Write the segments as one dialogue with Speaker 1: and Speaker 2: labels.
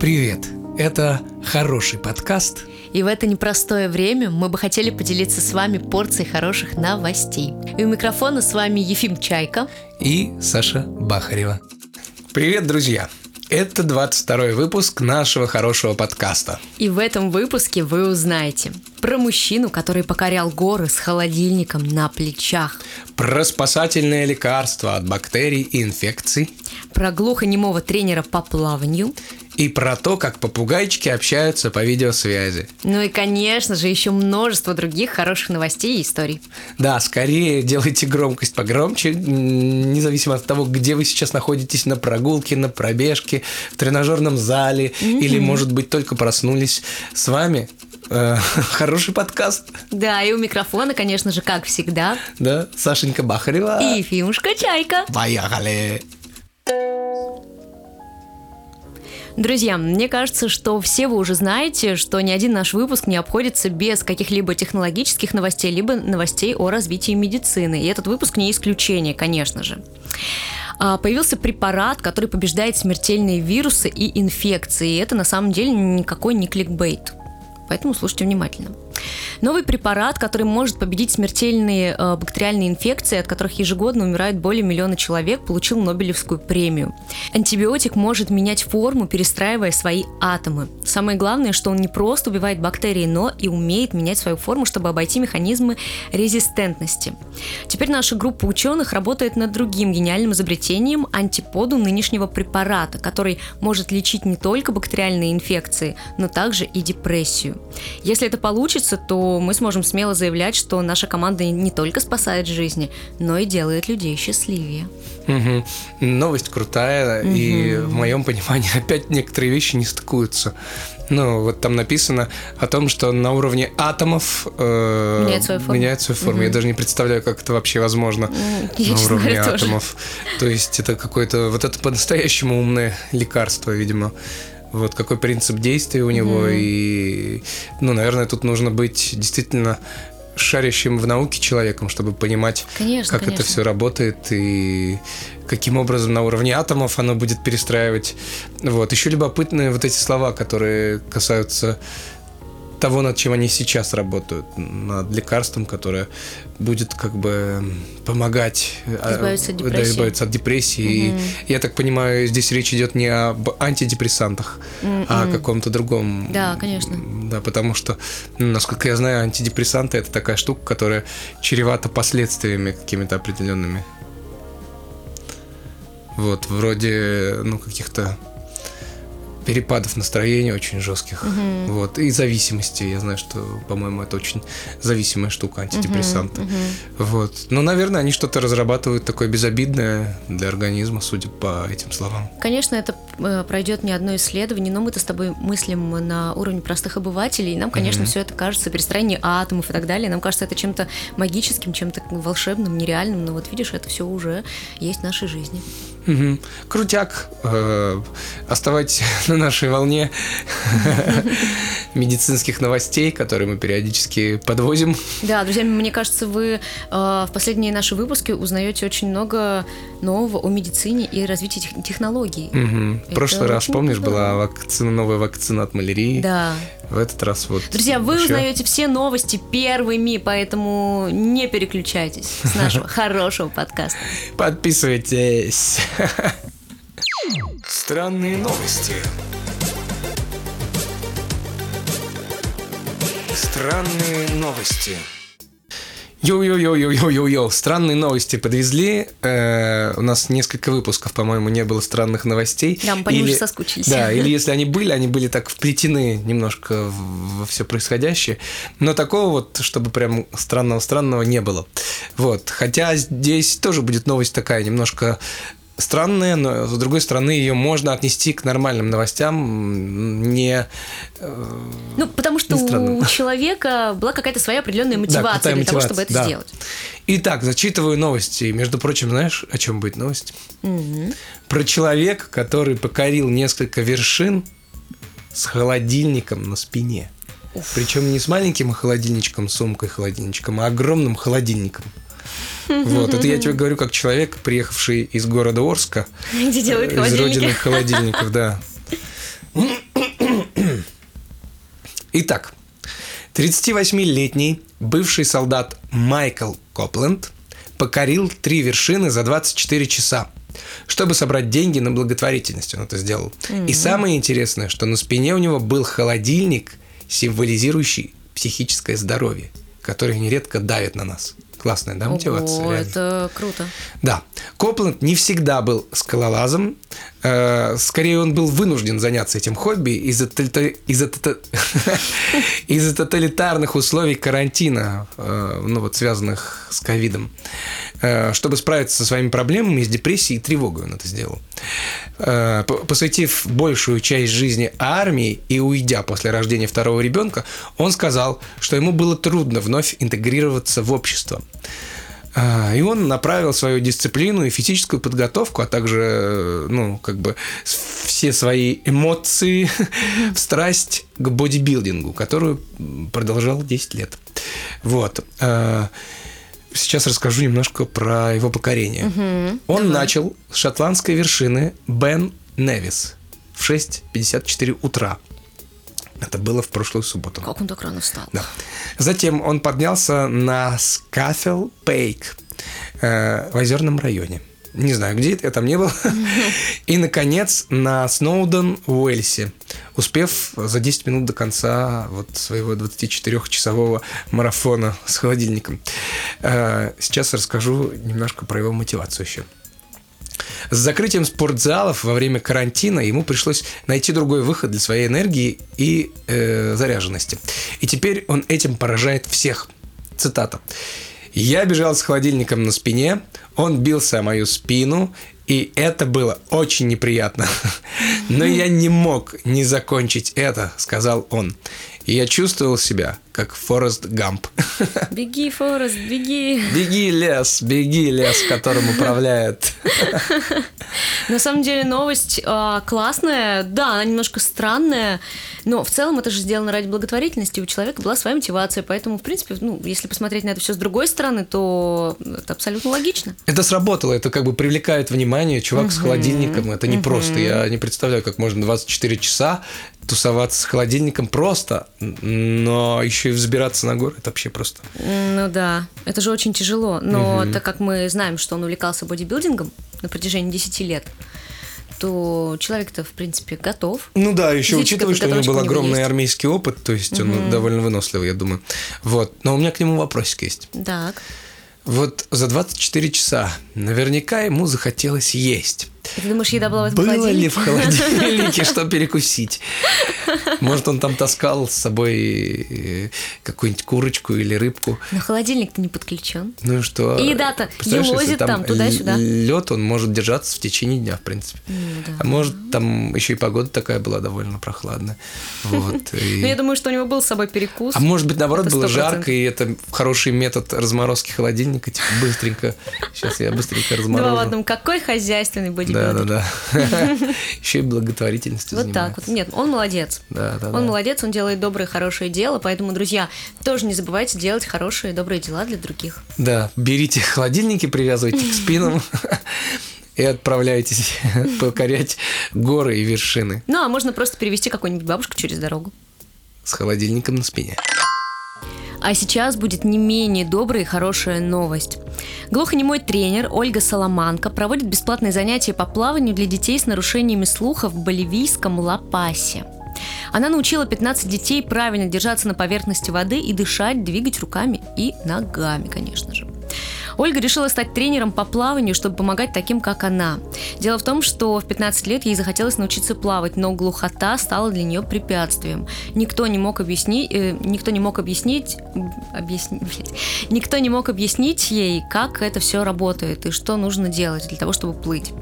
Speaker 1: Привет! Это хороший подкаст.
Speaker 2: И в это непростое время мы бы хотели поделиться с вами порцией хороших новостей. И у микрофона с вами Ефим Чайка.
Speaker 1: И Саша Бахарева. Привет, друзья! Это 22 выпуск нашего хорошего подкаста.
Speaker 2: И в этом выпуске вы узнаете про мужчину, который покорял горы с холодильником на плечах,
Speaker 1: Про спасательное лекарство от бактерий и инфекций.
Speaker 2: про глухонемого тренера по плаванию,
Speaker 1: И про то, как попугайчики общаются по видеосвязи.
Speaker 2: ну и, конечно же, еще множество других хороших новостей и историй.
Speaker 1: Да, скорее делайте громкость погромче, м, независимо от того, где вы сейчас находитесь, на прогулке, на пробежке, в тренажерном зале, или, может быть, только проснулись. С вами э, хороший подкаст,
Speaker 2: Да, и у микрофона, конечно же, как всегда,
Speaker 1: да, Сашенька Бахарева.
Speaker 2: и Ефимушка Чайка.
Speaker 1: Поехали!
Speaker 2: Друзья, мне кажется, что все вы уже знаете, что ни один наш выпуск не обходится без каких-либо технологических новостей, либо новостей о развитии медицины. И этот выпуск не исключение, конечно же. А, Появился препарат, который побеждает смертельные вирусы и инфекции. И это на самом деле никакой не кликбейт. Поэтому слушайте внимательно. Новый препарат, который может победить смертельные э, бактериальные инфекции, от которых ежегодно умирает более миллиона человек, получил Нобелевскую премию. Антибиотик может менять форму, перестраивая свои атомы. Самое главное, что он не просто убивает бактерии, но и умеет менять свою форму, чтобы обойти механизмы резистентности. Теперь наша группа ученых работает над другим гениальным изобретением – антиподу нынешнего препарата, который может лечить не только бактериальные инфекции, но также и депрессию. Если это получится, то мы сможем смело заявлять, что наша команда не только спасает жизни, но и делает людей счастливее.
Speaker 1: Мгм. Новость крутая, и в моем понимании опять некоторые вещи не стыкуются. Ну, вот там написано о том, что на уровне атомов э,
Speaker 2: Меняет свою форму.
Speaker 1: меняет свою форму. Я даже не представляю, как это вообще возможно
Speaker 2: я,
Speaker 1: на
Speaker 2: честно
Speaker 1: уровне
Speaker 2: говоря, тоже.
Speaker 1: атомов. То есть это какое-то... Вот это по-настоящему умное лекарство, видимо. Вот какой принцип действия у него. И, ну, наверное, тут нужно быть действительно шарящим в науке человеком, чтобы понимать,
Speaker 2: Конечно,
Speaker 1: как это
Speaker 2: конечно.
Speaker 1: все работает и каким образом на уровне атомов оно будет перестраивать. Вот. Еще любопытные вот эти слова, которые касаются того, над чем они сейчас работают, над лекарством, которое будет как бы помогать а,
Speaker 2: Избавиться от
Speaker 1: да,
Speaker 2: депрессии.
Speaker 1: избавиться от депрессии.
Speaker 2: Мгм.
Speaker 1: И, я так понимаю, здесь речь идет не об антидепрессантах, а о
Speaker 2: М-м.
Speaker 1: каком-то другом.
Speaker 2: Да, конечно.
Speaker 1: Да, потому что, ну, насколько я знаю, антидепрессанты это такая штука, которая чревата последствиями какими-то определенными. Вот, вроде, ну, каких-то перепадов настроения очень жестких.
Speaker 2: Мгм.
Speaker 1: Вот, и зависимости. Я знаю, что, по-моему, это очень зависимая штука, антидепрессанты.
Speaker 2: Мгм, мгм.
Speaker 1: Вот. Ну, наверное, они что-то разрабатывают такое безобидное для организма, судя по этим словам.
Speaker 2: Конечно, это э, пройдет не одно исследование, но мы-то с тобой мыслим на уровне простых обывателей, и нам, конечно,
Speaker 1: Мгм.
Speaker 2: все это кажется, перестроение атомов и так далее, нам кажется это чем-то магическим, чем-то волшебным, нереальным, но вот видишь, это все уже есть в нашей жизни.
Speaker 1: Мгм. Крутяк. Э, Оставайтесь на нашей волне медицинских новостей, которые мы периодически подвозим.
Speaker 2: Да, друзья, мне кажется, вы э, в последние наши выпуски узнаете очень много нового о медицине и развитии тех- технологий.
Speaker 1: Мгм. В
Speaker 2: Это
Speaker 1: прошлый раз,
Speaker 2: очень
Speaker 1: помнишь,
Speaker 2: здорово.
Speaker 1: была вакцина, новая вакцина от малярии?
Speaker 2: Да.
Speaker 1: В этот раз вот...
Speaker 2: Друзья, вы
Speaker 1: ещё.
Speaker 2: узнаете все новости первыми, поэтому не переключайтесь с нашего хорошего подкаста.
Speaker 1: Подписывайтесь. Странные новости. Странные новости. Йо-йо-йо-йо-йо-йо-йо. Странные новости подвезли. Э, у нас несколько выпусков, по-моему, не было странных новостей.
Speaker 2: Да, мы по ним
Speaker 1: Или-
Speaker 2: уже соскучились.
Speaker 1: Да, или если они были, они были так вплетены немножко в- во все происходящее. Но такого вот, чтобы прям странного-странного не было. Вот. Хотя здесь тоже будет новость такая немножко странная, но с другой стороны ее можно отнести к нормальным новостям, м, не э,
Speaker 2: Ну, потому что
Speaker 1: Не странно.
Speaker 2: у человека была какая-то своя определенная
Speaker 1: Да,
Speaker 2: мотивация
Speaker 1: крутая
Speaker 2: для того,
Speaker 1: мотивация,
Speaker 2: чтобы это
Speaker 1: да.
Speaker 2: сделать.
Speaker 1: Итак, зачитываю новости. Между прочим, знаешь, о чем будет новость?
Speaker 2: Мгм.
Speaker 1: Про человека, который покорил несколько вершин с холодильником на спине. Причем не с маленьким холодильничком, сумкой холодильничком, а огромным холодильником. Вот, это я тебе говорю как человек, приехавший из города Орска,
Speaker 2: Где делают
Speaker 1: из родины
Speaker 2: холодильники.
Speaker 1: холодильников, да. Итак, 38-летний бывший солдат Майкл Копленд покорил три вершины за 24 часа, чтобы собрать деньги на благотворительность. Он это сделал. И самое интересное, что на спине у него был холодильник, символизирующий психическое здоровье, которое нередко давит на нас. Классная, да, мотивация?
Speaker 2: Ого,
Speaker 1: реально?
Speaker 2: это круто.
Speaker 1: Да, Копланд не всегда был скалолазом. Э, Скорее, он был вынужден заняться этим хобби из-за тотали- из-за тота- из-за тоталитарных условий карантина, э, ну вот связанных с ковидом. Э, Чтобы справиться со своими проблемами, с депрессией и тревогой он это сделал. Э, по- Посвятив большую часть жизни армии и уйдя после рождения второго ребенка, он сказал, что ему было трудно вновь интегрироваться в общество. А, И он направил свою дисциплину и физическую подготовку, а также, э, ну, как бы с- все свои эмоции в страсть к бодибилдингу, которую м, продолжал 10 лет. Вот. Э, Сейчас расскажу немножко про его покорение. Он начал с шотландской вершины Бен Невис в 6.54 утра. Это было в прошлую субботу.
Speaker 2: Как он так рано встал?
Speaker 1: Да. Затем он поднялся на Скафел Пейк э, в озерном районе. Не знаю, где это, я там не был. И, наконец, на Сноуден Уэльсе, успев за 10 минут до конца вот своего 24-часового марафона с холодильником. Э, Сейчас расскажу немножко про его мотивацию еще. С закрытием спортзалов во время карантина ему пришлось найти другой выход для своей энергии и э, заряженности. И теперь он этим поражает всех. Цитата. «Я бежал с холодильником на спине, он бился о мою спину, и это было очень неприятно. Но я не мог не закончить это», — сказал он. И «Я чувствовал себя, как Форест Гамп».
Speaker 2: Беги, Форест, беги.
Speaker 1: «Беги, лес, беги, лес, которым управляет».
Speaker 2: На самом деле новость а, классная, да, она немножко странная, но в целом это же сделано ради благотворительности, и у человека была своя мотивация, поэтому, в принципе, ну, если посмотреть на это все с другой стороны, то это абсолютно логично.
Speaker 1: Это сработало, это как бы привлекает внимание. Чувак с холодильником, это не просто. Я не представляю, как можно 24 часа тусоваться с холодильником просто, но еще и взбираться на гору, это вообще просто.
Speaker 2: Ну да, это же очень тяжело, но так как мы знаем, что он увлекался бодибилдингом на протяжении 10 лет, то человек-то, в принципе, готов.
Speaker 1: Ну да, еще
Speaker 2: Физическая
Speaker 1: учитывая, что у него был
Speaker 2: подготовочка у него
Speaker 1: огромный
Speaker 2: есть.
Speaker 1: армейский опыт, то есть он довольно выносливый, я думаю. Вот, но у меня к нему вопросик есть.
Speaker 2: Так.
Speaker 1: Вот за 24 часа наверняка ему захотелось есть.
Speaker 2: И Ты думаешь, еда была в этом
Speaker 1: Было ли в
Speaker 2: холодильнике?
Speaker 1: холодильнике что перекусить? Может, он там таскал с собой э, какую-нибудь курочку или рыбку?
Speaker 2: Но холодильник-то не подключен.
Speaker 1: Ну и что?
Speaker 2: И еда-то
Speaker 1: Представляешь, если
Speaker 2: елозит там туда-сюда.
Speaker 1: л- Лед, он может держаться в течение дня, в принципе. А может, там еще и погода такая была довольно прохладная. Вот. и-
Speaker 2: Ну, я думаю, что у него был с собой перекус.
Speaker 1: А может быть, наоборот,
Speaker 2: Это
Speaker 1: было
Speaker 2: 100%.
Speaker 1: жарко, и это хороший метод разморозки холодильника. Типа, быстренько. Сейчас я быстренько разморожу.
Speaker 2: Два в одном. Ну, Какой хозяйственный
Speaker 1: Да, да,
Speaker 2: бодибилдер.
Speaker 1: да. Еще и благотворительностью
Speaker 2: Вот так вот.
Speaker 1: занимается.
Speaker 2: Нет, он молодец.
Speaker 1: Да, да,
Speaker 2: он
Speaker 1: да.
Speaker 2: молодец, он делает добрые, хорошие дела. Поэтому, друзья, тоже не забывайте делать хорошие, добрые дела для других.
Speaker 1: Да, берите холодильники, привязывайте к спинам и отправляйтесь покорять горы и вершины
Speaker 2: Ну, а можно просто перевести какую-нибудь бабушку через дорогу.
Speaker 1: с холодильником на спине.
Speaker 2: А сейчас будет не менее добрая и хорошая новость. Глухонемой тренер Ольга Соломанко проводит бесплатные занятия по плаванию для детей с нарушениями слуха в боливийском Лапасе. Она научила 15 детей правильно держаться на поверхности воды и дышать, двигать руками и ногами, конечно же. Ольга решила стать тренером по плаванию, чтобы помогать таким, как она. Дело в том, что в 15 лет ей захотелось научиться плавать, но глухота стала для нее препятствием. Никто не мог объяснить, э, никто не мог объяснить, м, объясни- блядь. никто не мог объяснить ей, как это все работает и что нужно делать для того, чтобы плыть.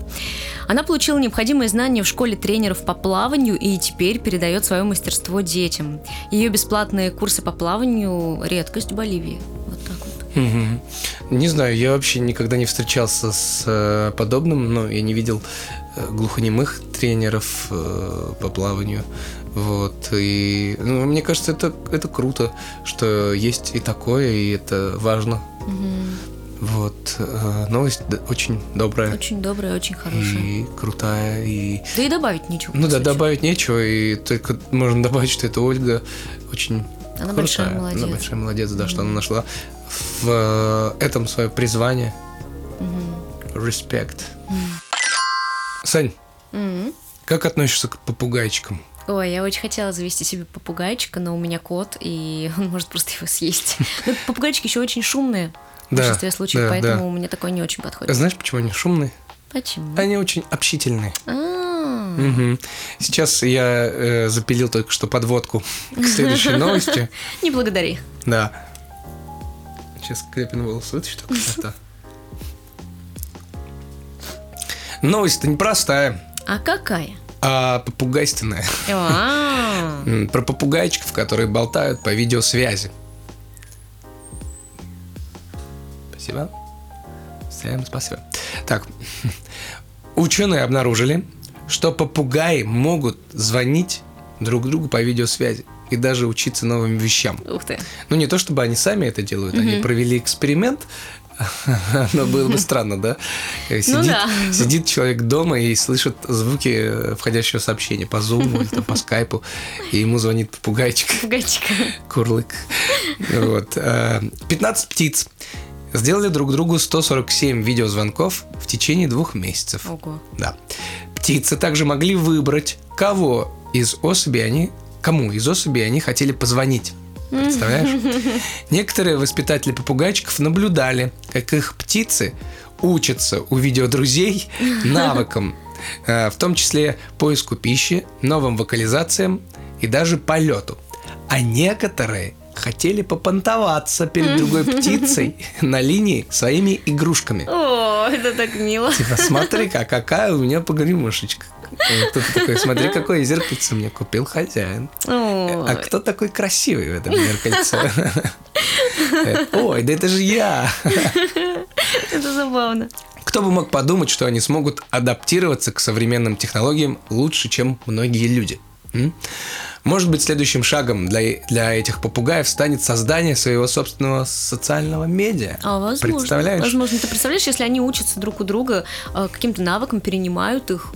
Speaker 2: Она получила необходимые знания в школе тренеров по плаванию и теперь передает свое мастерство детям. Ее бесплатные курсы по плаванию – редкость в Боливии. Вот так вот.
Speaker 1: Мгм. Не знаю, я вообще никогда не встречался с э, подобным, но я не видел э, глухонемых тренеров э, по плаванию. Вот. И ну, мне кажется, это, это круто, что есть и такое, и это важно. Вот. э, Новость д- очень добрая
Speaker 2: Очень добрая, очень хорошая.
Speaker 1: и крутая. И...
Speaker 2: Да и добавить ничего.
Speaker 1: Ну да, добавить нечего, и только можно добавить, что это Ольга очень
Speaker 2: Она
Speaker 1: крутая.
Speaker 2: большая
Speaker 1: Она
Speaker 2: молодец.
Speaker 1: большая молодец, да, что она нашла в э, этом свое призвание. Респект. Сань, как относишься к попугайчикам?
Speaker 2: Ой, я очень хотела завести себе попугайчика, но у меня кот, и он может просто его съесть. Но попугайчики еще очень шумные в
Speaker 1: Да,
Speaker 2: большинстве случаев,
Speaker 1: да,
Speaker 2: поэтому
Speaker 1: да.
Speaker 2: у меня такое не очень подходит.
Speaker 1: Знаешь, почему они шумные?
Speaker 2: Почему?
Speaker 1: Они очень общительные.
Speaker 2: А,
Speaker 1: Мгм. Сейчас я э, запилил только что подводку к следующей новости.
Speaker 2: Не благодари.
Speaker 1: Да. Сейчас Крепин волос вытащу так красота. Новость-то непростая,
Speaker 2: А какая?
Speaker 1: а попугайственная.
Speaker 2: А,
Speaker 1: М, Про попугайчиков, которые болтают по видеосвязи. Спасибо. Всем спасибо. Так, ученые обнаружили, что попугаи могут звонить друг другу по видеосвязи и даже учиться новым вещам.
Speaker 2: Ух ты.
Speaker 1: Ну, не то чтобы они сами это делают, они провели эксперимент. Но было бы странно, да? Э, Сидит,
Speaker 2: да.
Speaker 1: сидит человек дома и слышит звуки э, входящего сообщения по зуму или там по скайпу, и ему звонит попугайчик.
Speaker 2: Попугайчик.
Speaker 1: Курлык. Вот. э, 15 птиц сделали друг другу 147 видеозвонков в течение двух месяцев.
Speaker 2: Ого.
Speaker 1: Да. Птицы также могли выбрать, кого из особей они, кому из особей они хотели позвонить. Представляешь? Некоторые воспитатели попугайчиков наблюдали, как их птицы учатся у видеодрузей навыкам, э, в том числе поиску пищи, новым вокализациям и даже полету. А некоторые хотели попонтоваться перед другой птицей на линии своими игрушками.
Speaker 2: О, это так мило.
Speaker 1: Типа, смотри-ка, какая у меня погремушечка. И Кто-то такой, смотри, какое зеркальце мне купил хозяин. А
Speaker 2: Ой.
Speaker 1: кто такой красивый в этом зеркальце? Э, Ой, да это же я.
Speaker 2: Это забавно.
Speaker 1: Кто бы мог подумать, что они смогут адаптироваться к современным технологиям лучше, чем многие люди? М? Может быть, следующим шагом для, для этих попугаев станет создание своего собственного социального медиа.
Speaker 2: А возможно.
Speaker 1: Представляешь?
Speaker 2: Возможно, ты представляешь, если они учатся друг у друга э, каким-то навыкам, перенимают их,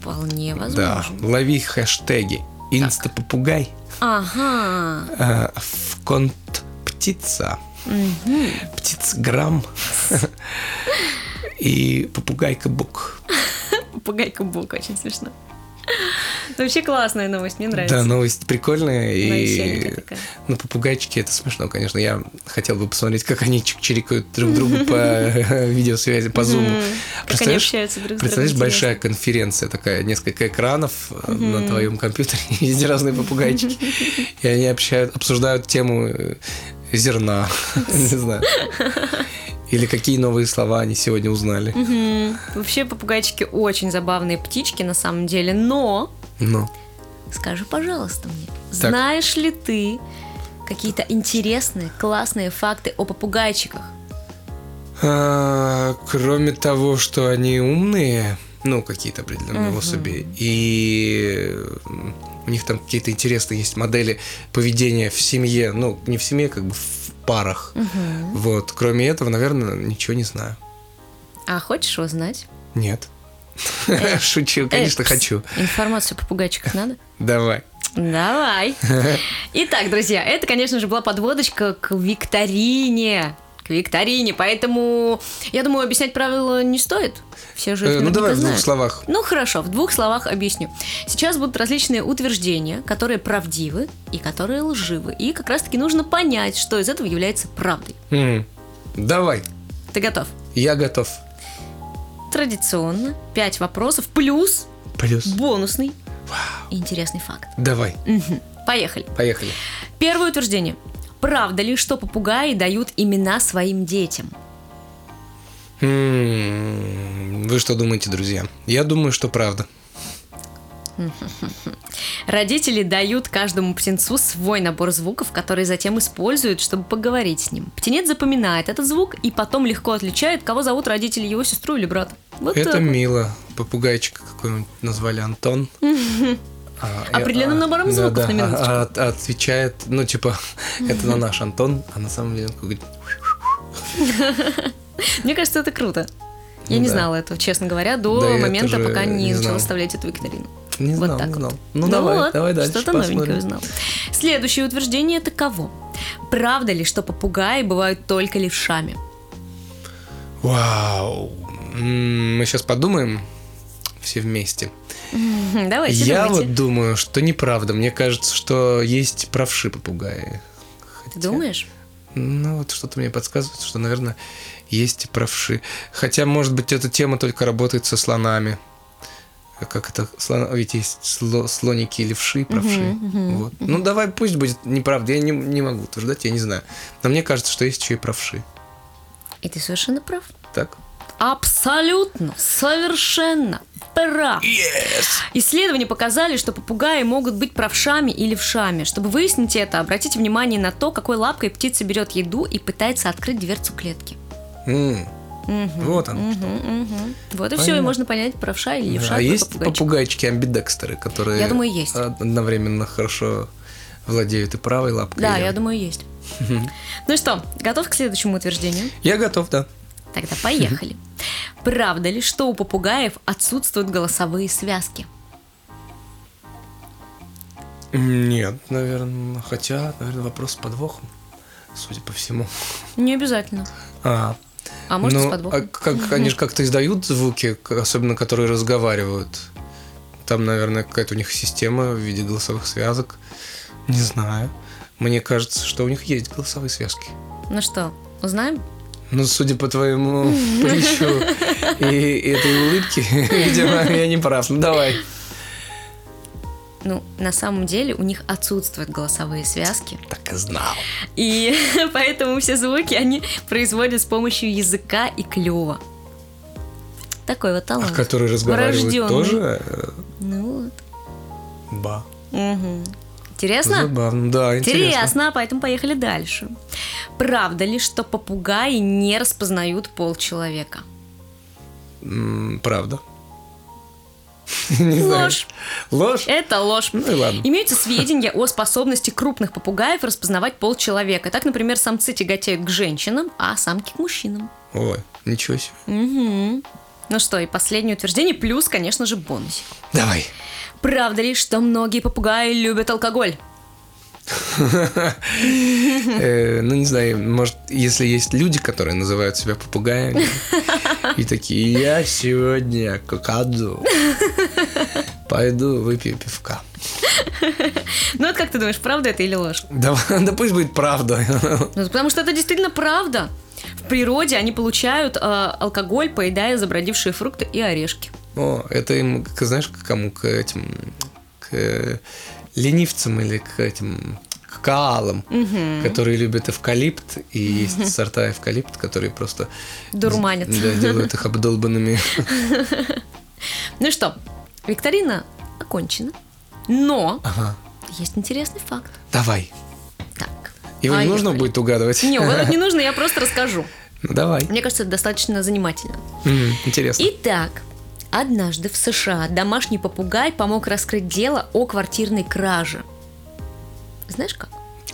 Speaker 2: вполне
Speaker 1: Да,
Speaker 2: возможно.
Speaker 1: лови хэштеги. Инста-попугай.
Speaker 2: Ага.
Speaker 1: Э, в конт птица. Птицграмм. И попугайка бук.
Speaker 2: Попугайка Бук, очень смешно. Это вообще классная новость, мне нравится.
Speaker 1: Да, новость прикольная.
Speaker 2: Она
Speaker 1: И
Speaker 2: весёленькая такая.
Speaker 1: ну, попугайчики это смешно, конечно. Я хотел бы посмотреть, как они чирикают друг другу по видеосвязи, по зуму.
Speaker 2: Как они общаются друг с другом.
Speaker 1: Представляешь,
Speaker 2: интересно.
Speaker 1: большая конференция такая, несколько экранов э, на твоем компьютере, и везде разные попугайчики. И они общают, обсуждают тему э, зерна, не знаю. Или какие новые слова они сегодня узнали.
Speaker 2: Мгм. Вообще попугайчики очень забавные птички на самом деле, но
Speaker 1: Ну,
Speaker 2: скажи, пожалуйста, мне, знаешь ли ты какие-то интересные, классные факты о попугайчиках?
Speaker 1: а, кроме того, что они умные, ну, какие-то определенные особи, и м, у них там какие-то интересные есть модели поведения в семье, ну, не в семье, как бы в парах. Вот, кроме этого, наверное, ничего не знаю.
Speaker 2: А хочешь узнать?
Speaker 1: Нет. Шучу, конечно,
Speaker 2: Э,
Speaker 1: хочу.
Speaker 2: пс, Информацию о попугайчиках надо?
Speaker 1: Давай.
Speaker 2: Давай. Итак, друзья, это, конечно же, была подводочка к викторине. К викторине, поэтому я думаю, объяснять правила не стоит. Все же их
Speaker 1: Э, Ну
Speaker 2: наверняка
Speaker 1: давай в двух
Speaker 2: знают.
Speaker 1: словах.
Speaker 2: Ну хорошо, в двух словах объясню. Сейчас будут различные утверждения, которые правдивы и которые лживы. И как раз-таки нужно понять, что из этого является правдой.
Speaker 1: М, Давай.
Speaker 2: Ты готов?
Speaker 1: Я готов.
Speaker 2: Традиционно пять вопросов плюс
Speaker 1: Плюс.
Speaker 2: бонусный интересный факт.
Speaker 1: Давай.
Speaker 2: Поехали.
Speaker 1: Поехали.
Speaker 2: Первое утверждение. Правда ли, что попугаи дают имена своим детям?
Speaker 1: М, Вы что думаете, друзья? Я думаю, что правда.
Speaker 2: Родители дают каждому птенцу свой набор звуков, которые затем используют, чтобы поговорить с ним. Птенец запоминает этот звук и потом легко отличает, кого зовут родители, его сестру или брата. Вот
Speaker 1: Это
Speaker 2: так вот.
Speaker 1: мило. Попугайчик какой-нибудь назвали Антон. А, э,
Speaker 2: Определенным
Speaker 1: а,
Speaker 2: набором
Speaker 1: да,
Speaker 2: звуков,
Speaker 1: да,
Speaker 2: на минуточку.
Speaker 1: а- а- Отвечает, ну типа, это на наш Антон, а на самом деле он говорит...
Speaker 2: Мне кажется, это круто. Я
Speaker 1: Ну
Speaker 2: не
Speaker 1: да.
Speaker 2: знала этого, честно говоря, до
Speaker 1: Да, я
Speaker 2: момента,
Speaker 1: тоже
Speaker 2: пока не,
Speaker 1: не
Speaker 2: начала
Speaker 1: знал.
Speaker 2: вставлять эту викторину.
Speaker 1: Не
Speaker 2: Вот
Speaker 1: знал,
Speaker 2: так
Speaker 1: не
Speaker 2: вот.
Speaker 1: знал. Ну, давай,
Speaker 2: вот,
Speaker 1: давай дальше
Speaker 2: Что-то
Speaker 1: посмотрим.
Speaker 2: новенькое узнал. Следующее утверждение таково. Правда ли, что попугаи бывают только левшами?
Speaker 1: Вау. М, Мы сейчас подумаем все вместе.
Speaker 2: Мгм, Давайте,
Speaker 1: Я
Speaker 2: думайте.
Speaker 1: вот думаю, что неправда. Мне кажется, что есть правши попугаи.
Speaker 2: Ты думаешь?
Speaker 1: Ну, вот что-то мне подсказывает, что, наверное, есть и правши. Хотя, может быть, эта тема только работает со слонами. А Как это? слон- Ведь есть сло- слоники и левши, и правши.
Speaker 2: Мгм, мгм,
Speaker 1: вот. Ну, давай пусть будет неправда. Я не, не могу утверждать, я не знаю. Но мне кажется, что есть еще и правши.
Speaker 2: И ты совершенно прав.
Speaker 1: Так?
Speaker 2: Абсолютно, совершенно прав. Исследования показали, что попугаи могут быть правшами и левшами. Чтобы выяснить это, обратите внимание на то, какой лапкой птица берет еду и пытается открыть дверцу клетки.
Speaker 1: М,
Speaker 2: Мгм.
Speaker 1: Вот оно.
Speaker 2: Мгм, мгм. Вот и все, и
Speaker 1: Понятно.
Speaker 2: можно понять, правша или левша.
Speaker 1: А
Speaker 2: какой
Speaker 1: есть
Speaker 2: попугайчик.
Speaker 1: попугайчики амбидекстеры, которые
Speaker 2: Я думаю, есть.
Speaker 1: од- одновременно хорошо владеют и правой лапкой.
Speaker 2: Да,
Speaker 1: и левой?
Speaker 2: я думаю, есть. Ну что, готов к следующему утверждению?
Speaker 1: Я готов, да.
Speaker 2: Тогда поехали. Правда ли, что у попугаев отсутствуют голосовые связки?
Speaker 1: Нет, наверное, хотя, наверное, вопрос с подвохом, судя по всему.
Speaker 2: Не обязательно.
Speaker 1: А,
Speaker 2: А может, и
Speaker 1: ну,
Speaker 2: с подвохом?
Speaker 1: а как, они же как-то издают звуки, к- особенно которые разговаривают. Там, наверное, какая-то у них система в виде голосовых связок. Не знаю. Мне кажется, что у них есть голосовые связки.
Speaker 2: Ну что, узнаем?
Speaker 1: Ну, судя по твоему плечу и этой улыбке, видимо, я не прав. Ну, давай.
Speaker 2: Ну, на самом деле у них отсутствуют голосовые связки,
Speaker 1: Так и знал.
Speaker 2: и поэтому все звуки они производят с помощью языка и клюва. Такой вот
Speaker 1: А
Speaker 2: талант.
Speaker 1: которые разговаривают
Speaker 2: Врождённый.
Speaker 1: тоже? э,
Speaker 2: Ну вот.
Speaker 1: Ба.
Speaker 2: Мгм. Интересно?
Speaker 1: Забавно, да, Ну, интересно.
Speaker 2: Интересно, поэтому поехали дальше. Правда ли, что попугаи не распознают пол человека?
Speaker 1: М, Правда. Не знаю.
Speaker 2: Ложь. Э.
Speaker 1: Ложь?
Speaker 2: Это ложь.
Speaker 1: Ну и ладно.
Speaker 2: Имеются сведения о способности крупных попугаев распознавать пол человека. Так, например, самцы тяготеют к женщинам, а самки к мужчинам.
Speaker 1: Ой, ничего себе.
Speaker 2: Мгм. Ну что, и последнее утверждение, плюс, конечно же, бонусик.
Speaker 1: Давай.
Speaker 2: Правда ли, что многие попугаи любят алкоголь?
Speaker 1: Э, Ну, не знаю, может, если есть люди, которые называют себя попугаями, и такие, я сегодня к аду пойду выпью пивка.
Speaker 2: Ну вот как ты думаешь, правда это или ложь?
Speaker 1: Да, да пусть будет правда.
Speaker 2: Ну, потому что это действительно правда. В природе они получают э, алкоголь, поедая забродившие фрукты и орешки.
Speaker 1: О, это им, к- знаешь, к кому? К этим... К э, ленивцам или к этим... К каалам, которые любят эвкалипт, и есть сорта эвкалипт, которые просто...
Speaker 2: Дурманят.
Speaker 1: Да, делают их обдолбанными.
Speaker 2: Ну что, викторина окончена. Но
Speaker 1: Ага,
Speaker 2: есть интересный факт.
Speaker 1: давай.
Speaker 2: Так.
Speaker 1: Его не нужно
Speaker 2: поехали.
Speaker 1: будет угадывать?
Speaker 2: А, Не, угадывать не нужно, я просто расскажу.
Speaker 1: Ну, давай.
Speaker 2: Мне кажется, это достаточно занимательно.
Speaker 1: М, Интересно.
Speaker 2: Итак, однажды в США домашний попугай помог раскрыть дело о квартирной краже. Знаешь как?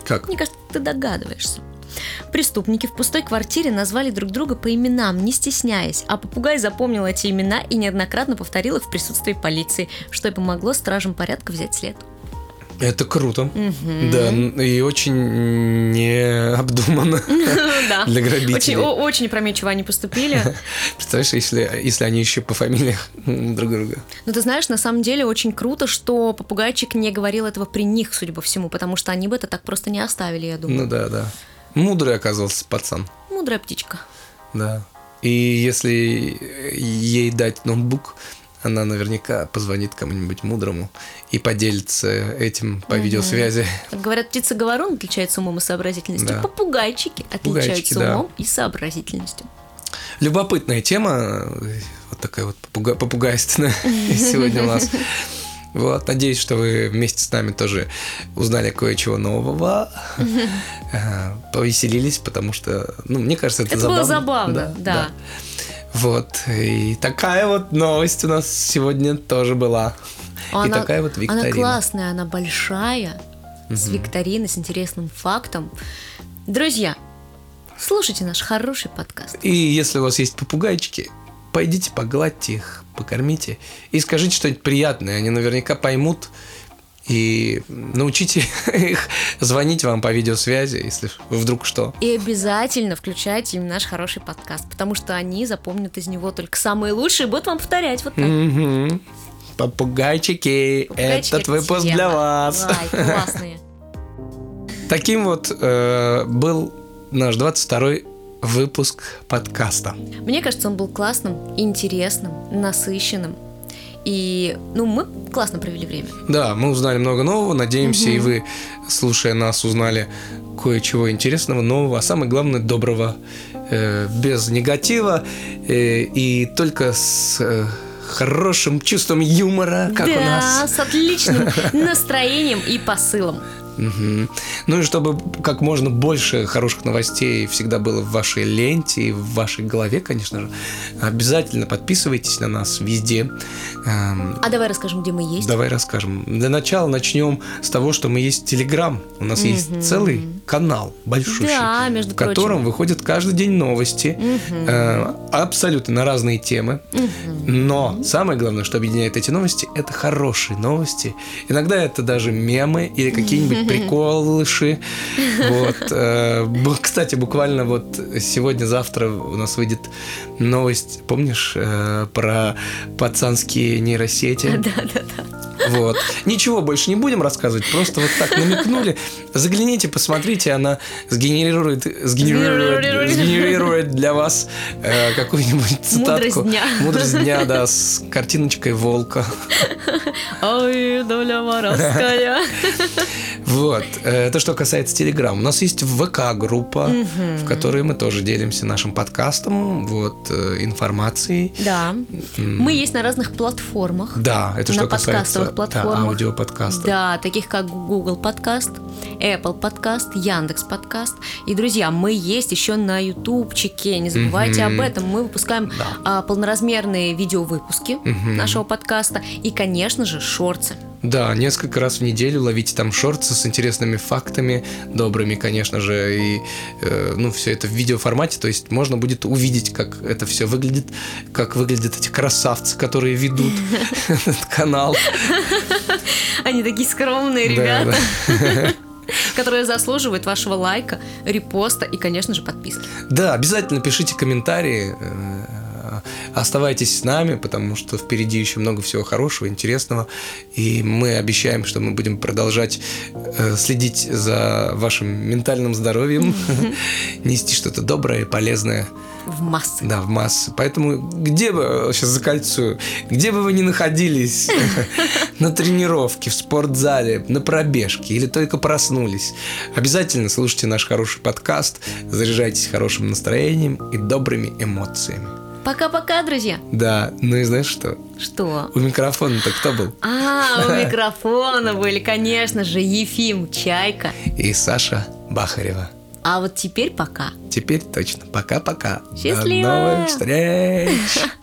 Speaker 1: Как?
Speaker 2: Мне кажется, ты догадываешься. Преступники в пустой квартире назвали друг друга по именам, не стесняясь, а попугай запомнил эти имена и неоднократно повторил их в присутствии полиции, что и помогло стражам порядка взять след.
Speaker 1: Это круто. Да, н- и очень необдуманно
Speaker 2: Ну Да.
Speaker 1: для
Speaker 2: Очень, о-
Speaker 1: грабителей.
Speaker 2: очень промечиво они поступили.
Speaker 1: Представляешь, если, если они еще по фамилиях друг друга.
Speaker 2: Но Ну, ты знаешь, на самом деле очень круто, что попугайчик не говорил этого при них, судя по всему, потому что они бы это так просто не оставили, я думаю.
Speaker 1: Ну да, да. Мудрый оказался пацан,
Speaker 2: Мудрая птичка.
Speaker 1: да. И если ей дать ноутбук, она наверняка позвонит кому-нибудь мудрому и поделится этим по видеосвязи.
Speaker 2: Как говорят, птица говорун отличается умом и сообразительностью.
Speaker 1: Да.
Speaker 2: Попугайчики
Speaker 1: Попугайчики,
Speaker 2: отличаются
Speaker 1: да.
Speaker 2: умом и сообразительностью.
Speaker 1: Любопытная тема, э, вот такая вот попуга- попугайственная сегодня у нас. Вот, надеюсь, что вы вместе с нами тоже узнали кое-чего нового, э, повеселились, потому что, ну, мне кажется, это,
Speaker 2: Это было
Speaker 1: забавно.
Speaker 2: забавно, да.
Speaker 1: Вот, и такая вот новость у нас сегодня тоже была. и такая вот викторина.
Speaker 2: А Она классная, она большая, с викториной, с интересным фактом. Друзья, Слушайте наш хороший подкаст.
Speaker 1: И если у вас есть попугайчики, пойдите погладьте их, покормите и скажите что-нибудь приятное. Они наверняка поймут и научите их звонить вам по видеосвязи, если вдруг что.
Speaker 2: И обязательно включайте им наш хороший подкаст, потому что они запомнят из него только самые лучшие и будут вам повторять вот так.
Speaker 1: Мгм. Попугайчики,
Speaker 2: Попугайчики
Speaker 1: этот
Speaker 2: это
Speaker 1: выпуск
Speaker 2: тема.
Speaker 1: для вас.
Speaker 2: Лайк, классные.
Speaker 1: Таким вот э, был наш 22-й выпуск подкаста.
Speaker 2: Мне кажется, он был классным, интересным, насыщенным. И, ну, мы классно провели время.
Speaker 1: Да, мы узнали много нового. Надеемся, и вы, слушая нас, узнали кое-чего интересного, нового, а самое главное, доброго, э, без негатива э, и только с э, хорошим чувством юмора, как
Speaker 2: да,
Speaker 1: у нас.
Speaker 2: с отличным настроением и посылом.
Speaker 1: Мгм. Ну и чтобы как можно больше хороших новостей всегда было в вашей ленте и в вашей голове, конечно же, обязательно подписывайтесь на нас везде. Эм,
Speaker 2: А давай расскажем, где мы есть.
Speaker 1: Давай расскажем. Для начала начнем с того, что мы есть Телеграм. У нас
Speaker 2: Мгм.
Speaker 1: есть целый канал большущий,
Speaker 2: Да, между
Speaker 1: в котором выходят каждый день новости.
Speaker 2: Мгм.
Speaker 1: э, Абсолютно на разные темы.
Speaker 2: Мгм.
Speaker 1: Но самое главное, что объединяет эти новости, это хорошие новости. Иногда это даже мемы или какие-нибудь приколыши. Вот. э, бу- Кстати, буквально вот сегодня-завтра у нас выйдет новость, помнишь, э, про пацанские нейросети?
Speaker 2: Да, да, да.
Speaker 1: Вот. Ничего больше не будем рассказывать, просто вот так намекнули. Загляните, посмотрите, она сгенерирует, сгенерирует, сгенерирует для вас э, какую-нибудь цитатку.
Speaker 2: Мудрость дня.
Speaker 1: Мудрость дня, да, с картиночкой волка.
Speaker 2: Ой, доля воровская.
Speaker 1: Вот. Э, Это что касается Телеграм. У нас есть ВК-группа, в которой мы тоже делимся нашим подкастом, вот, э, информацией.
Speaker 2: Да. Мы есть на разных платформах.
Speaker 1: Да, это
Speaker 2: На
Speaker 1: что касается
Speaker 2: подкастовых платформах.
Speaker 1: да, аудиоподкаста.
Speaker 2: Да, таких как Google подкаст, Apple подкаст, Яндекс подкаст. И, друзья, мы есть еще на ютубчике, не забывайте
Speaker 1: Мгм.
Speaker 2: об этом. Мы выпускаем а, полноразмерные видеовыпуски
Speaker 1: Мгм.
Speaker 2: нашего подкаста и, конечно же, шорты.
Speaker 1: Да, несколько раз в неделю ловите там шорты с интересными фактами, добрыми, конечно же, и э, ну все это в видеоформате, то есть можно будет увидеть, как это все выглядит, как выглядят эти красавцы, которые ведут этот канал.
Speaker 2: Они такие скромные
Speaker 1: Да,
Speaker 2: ребята,
Speaker 1: да.
Speaker 2: которые заслуживают вашего лайка, репоста и, конечно же, подписки.
Speaker 1: Да, обязательно пишите комментарии. э, Оставайтесь с нами, потому что впереди еще много всего хорошего, интересного. И мы обещаем, что мы будем продолжать э, следить за вашим ментальным здоровьем, нести что-то доброе и полезное
Speaker 2: В массы.
Speaker 1: да, в массы. Поэтому где бы, сейчас закольцую, где бы вы ни находились, на тренировке, в спортзале, на пробежке или только проснулись, обязательно слушайте наш хороший подкаст, заряжайтесь хорошим настроением и добрыми эмоциями.
Speaker 2: Пока-пока, друзья.
Speaker 1: Да, ну и знаешь что?
Speaker 2: Что?
Speaker 1: У микрофона-то кто был?
Speaker 2: А, у микрофона были, конечно же, Ефим Чайка.
Speaker 1: И Саша Бахарева.
Speaker 2: А вот теперь пока.
Speaker 1: Теперь точно. Пока-пока.
Speaker 2: Счастливо!
Speaker 1: До новых встреч!